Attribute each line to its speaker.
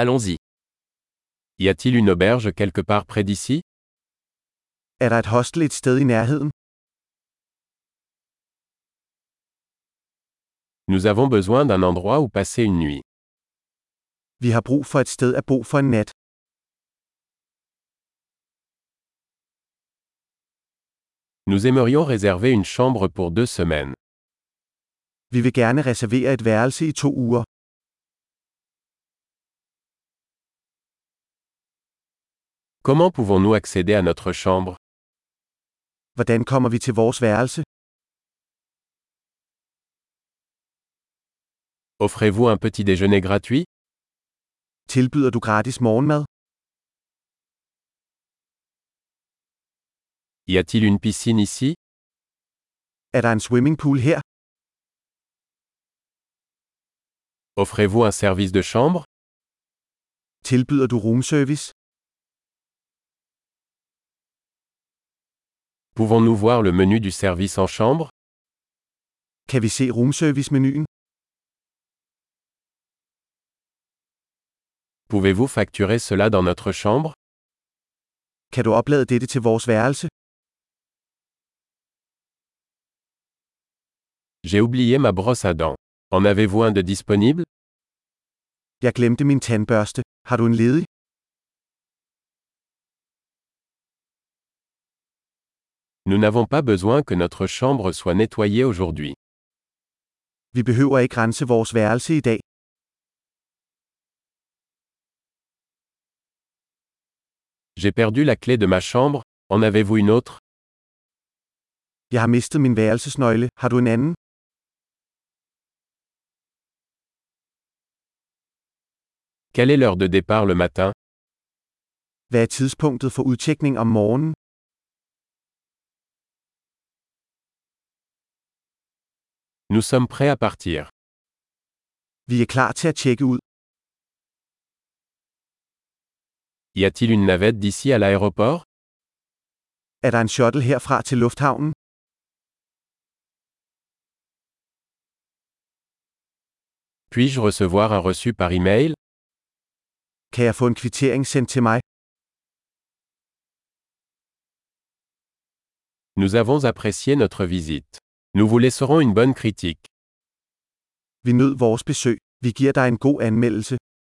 Speaker 1: Allons-y. Y a-t-il une auberge quelque part près d'ici
Speaker 2: Er der et hostel et sted i nærheden?
Speaker 1: Nous avons besoin d'un endroit où passer une nuit.
Speaker 2: Vi har brug for et sted at bo for en nat.
Speaker 1: Nous aimerions réserver une chambre pour deux semaines.
Speaker 2: Vi vil gerne reservere et værelse i to uger.
Speaker 1: Comment pouvons-nous accéder à notre chambre
Speaker 2: Hvordan kommer vi til vores værelse?
Speaker 1: Offrez-vous un petit déjeuner gratuit
Speaker 2: Tilbyder du gratis morgenmad?
Speaker 1: Y a-t-il une piscine ici
Speaker 2: Er der en swimmingpool her?
Speaker 1: Offrez-vous un service de chambre
Speaker 2: Tilbyder du roomservice?
Speaker 1: Pouvons-nous voir le menu du service en chambre
Speaker 2: Kan vi se roomservice-menuen?
Speaker 1: Pouvez-vous facturer cela dans notre chambre
Speaker 2: Kan du oplade dette til vores værelse?
Speaker 1: J'ai oublié ma brosse à dents. En avez-vous un de disponible
Speaker 2: Jeg glemte min tandbørste. Har du en ledig?
Speaker 1: Nous n'avons pas besoin que notre chambre soit nettoyée aujourd'hui.
Speaker 2: Vi behøver ikke rense vores værelse i dag.
Speaker 1: J'ai perdu la clé de ma chambre, en avez-vous une autre
Speaker 2: Jeg har mistet min værelsesnøgle. Har du en anden?
Speaker 1: Quelle est l'heure de départ le matin
Speaker 2: Hvad er tidspunktet for udtjekning om morgenen?
Speaker 1: Nous sommes prêts à partir.
Speaker 2: Vi er klar til at tjekke ud.
Speaker 1: Y a-t-il une navette d'ici à l'aéroport
Speaker 2: Er der en shuttle herfra til lufthavnen?
Speaker 1: Puis-je recevoir un reçu par email
Speaker 2: Kan jeg få en kvittering sendt til mig?
Speaker 1: Nous avons apprécié notre visite. Nous vous laisserons une bonne critique.
Speaker 2: Vi nød vores besøg. Vi giver dig en god anmeldelse.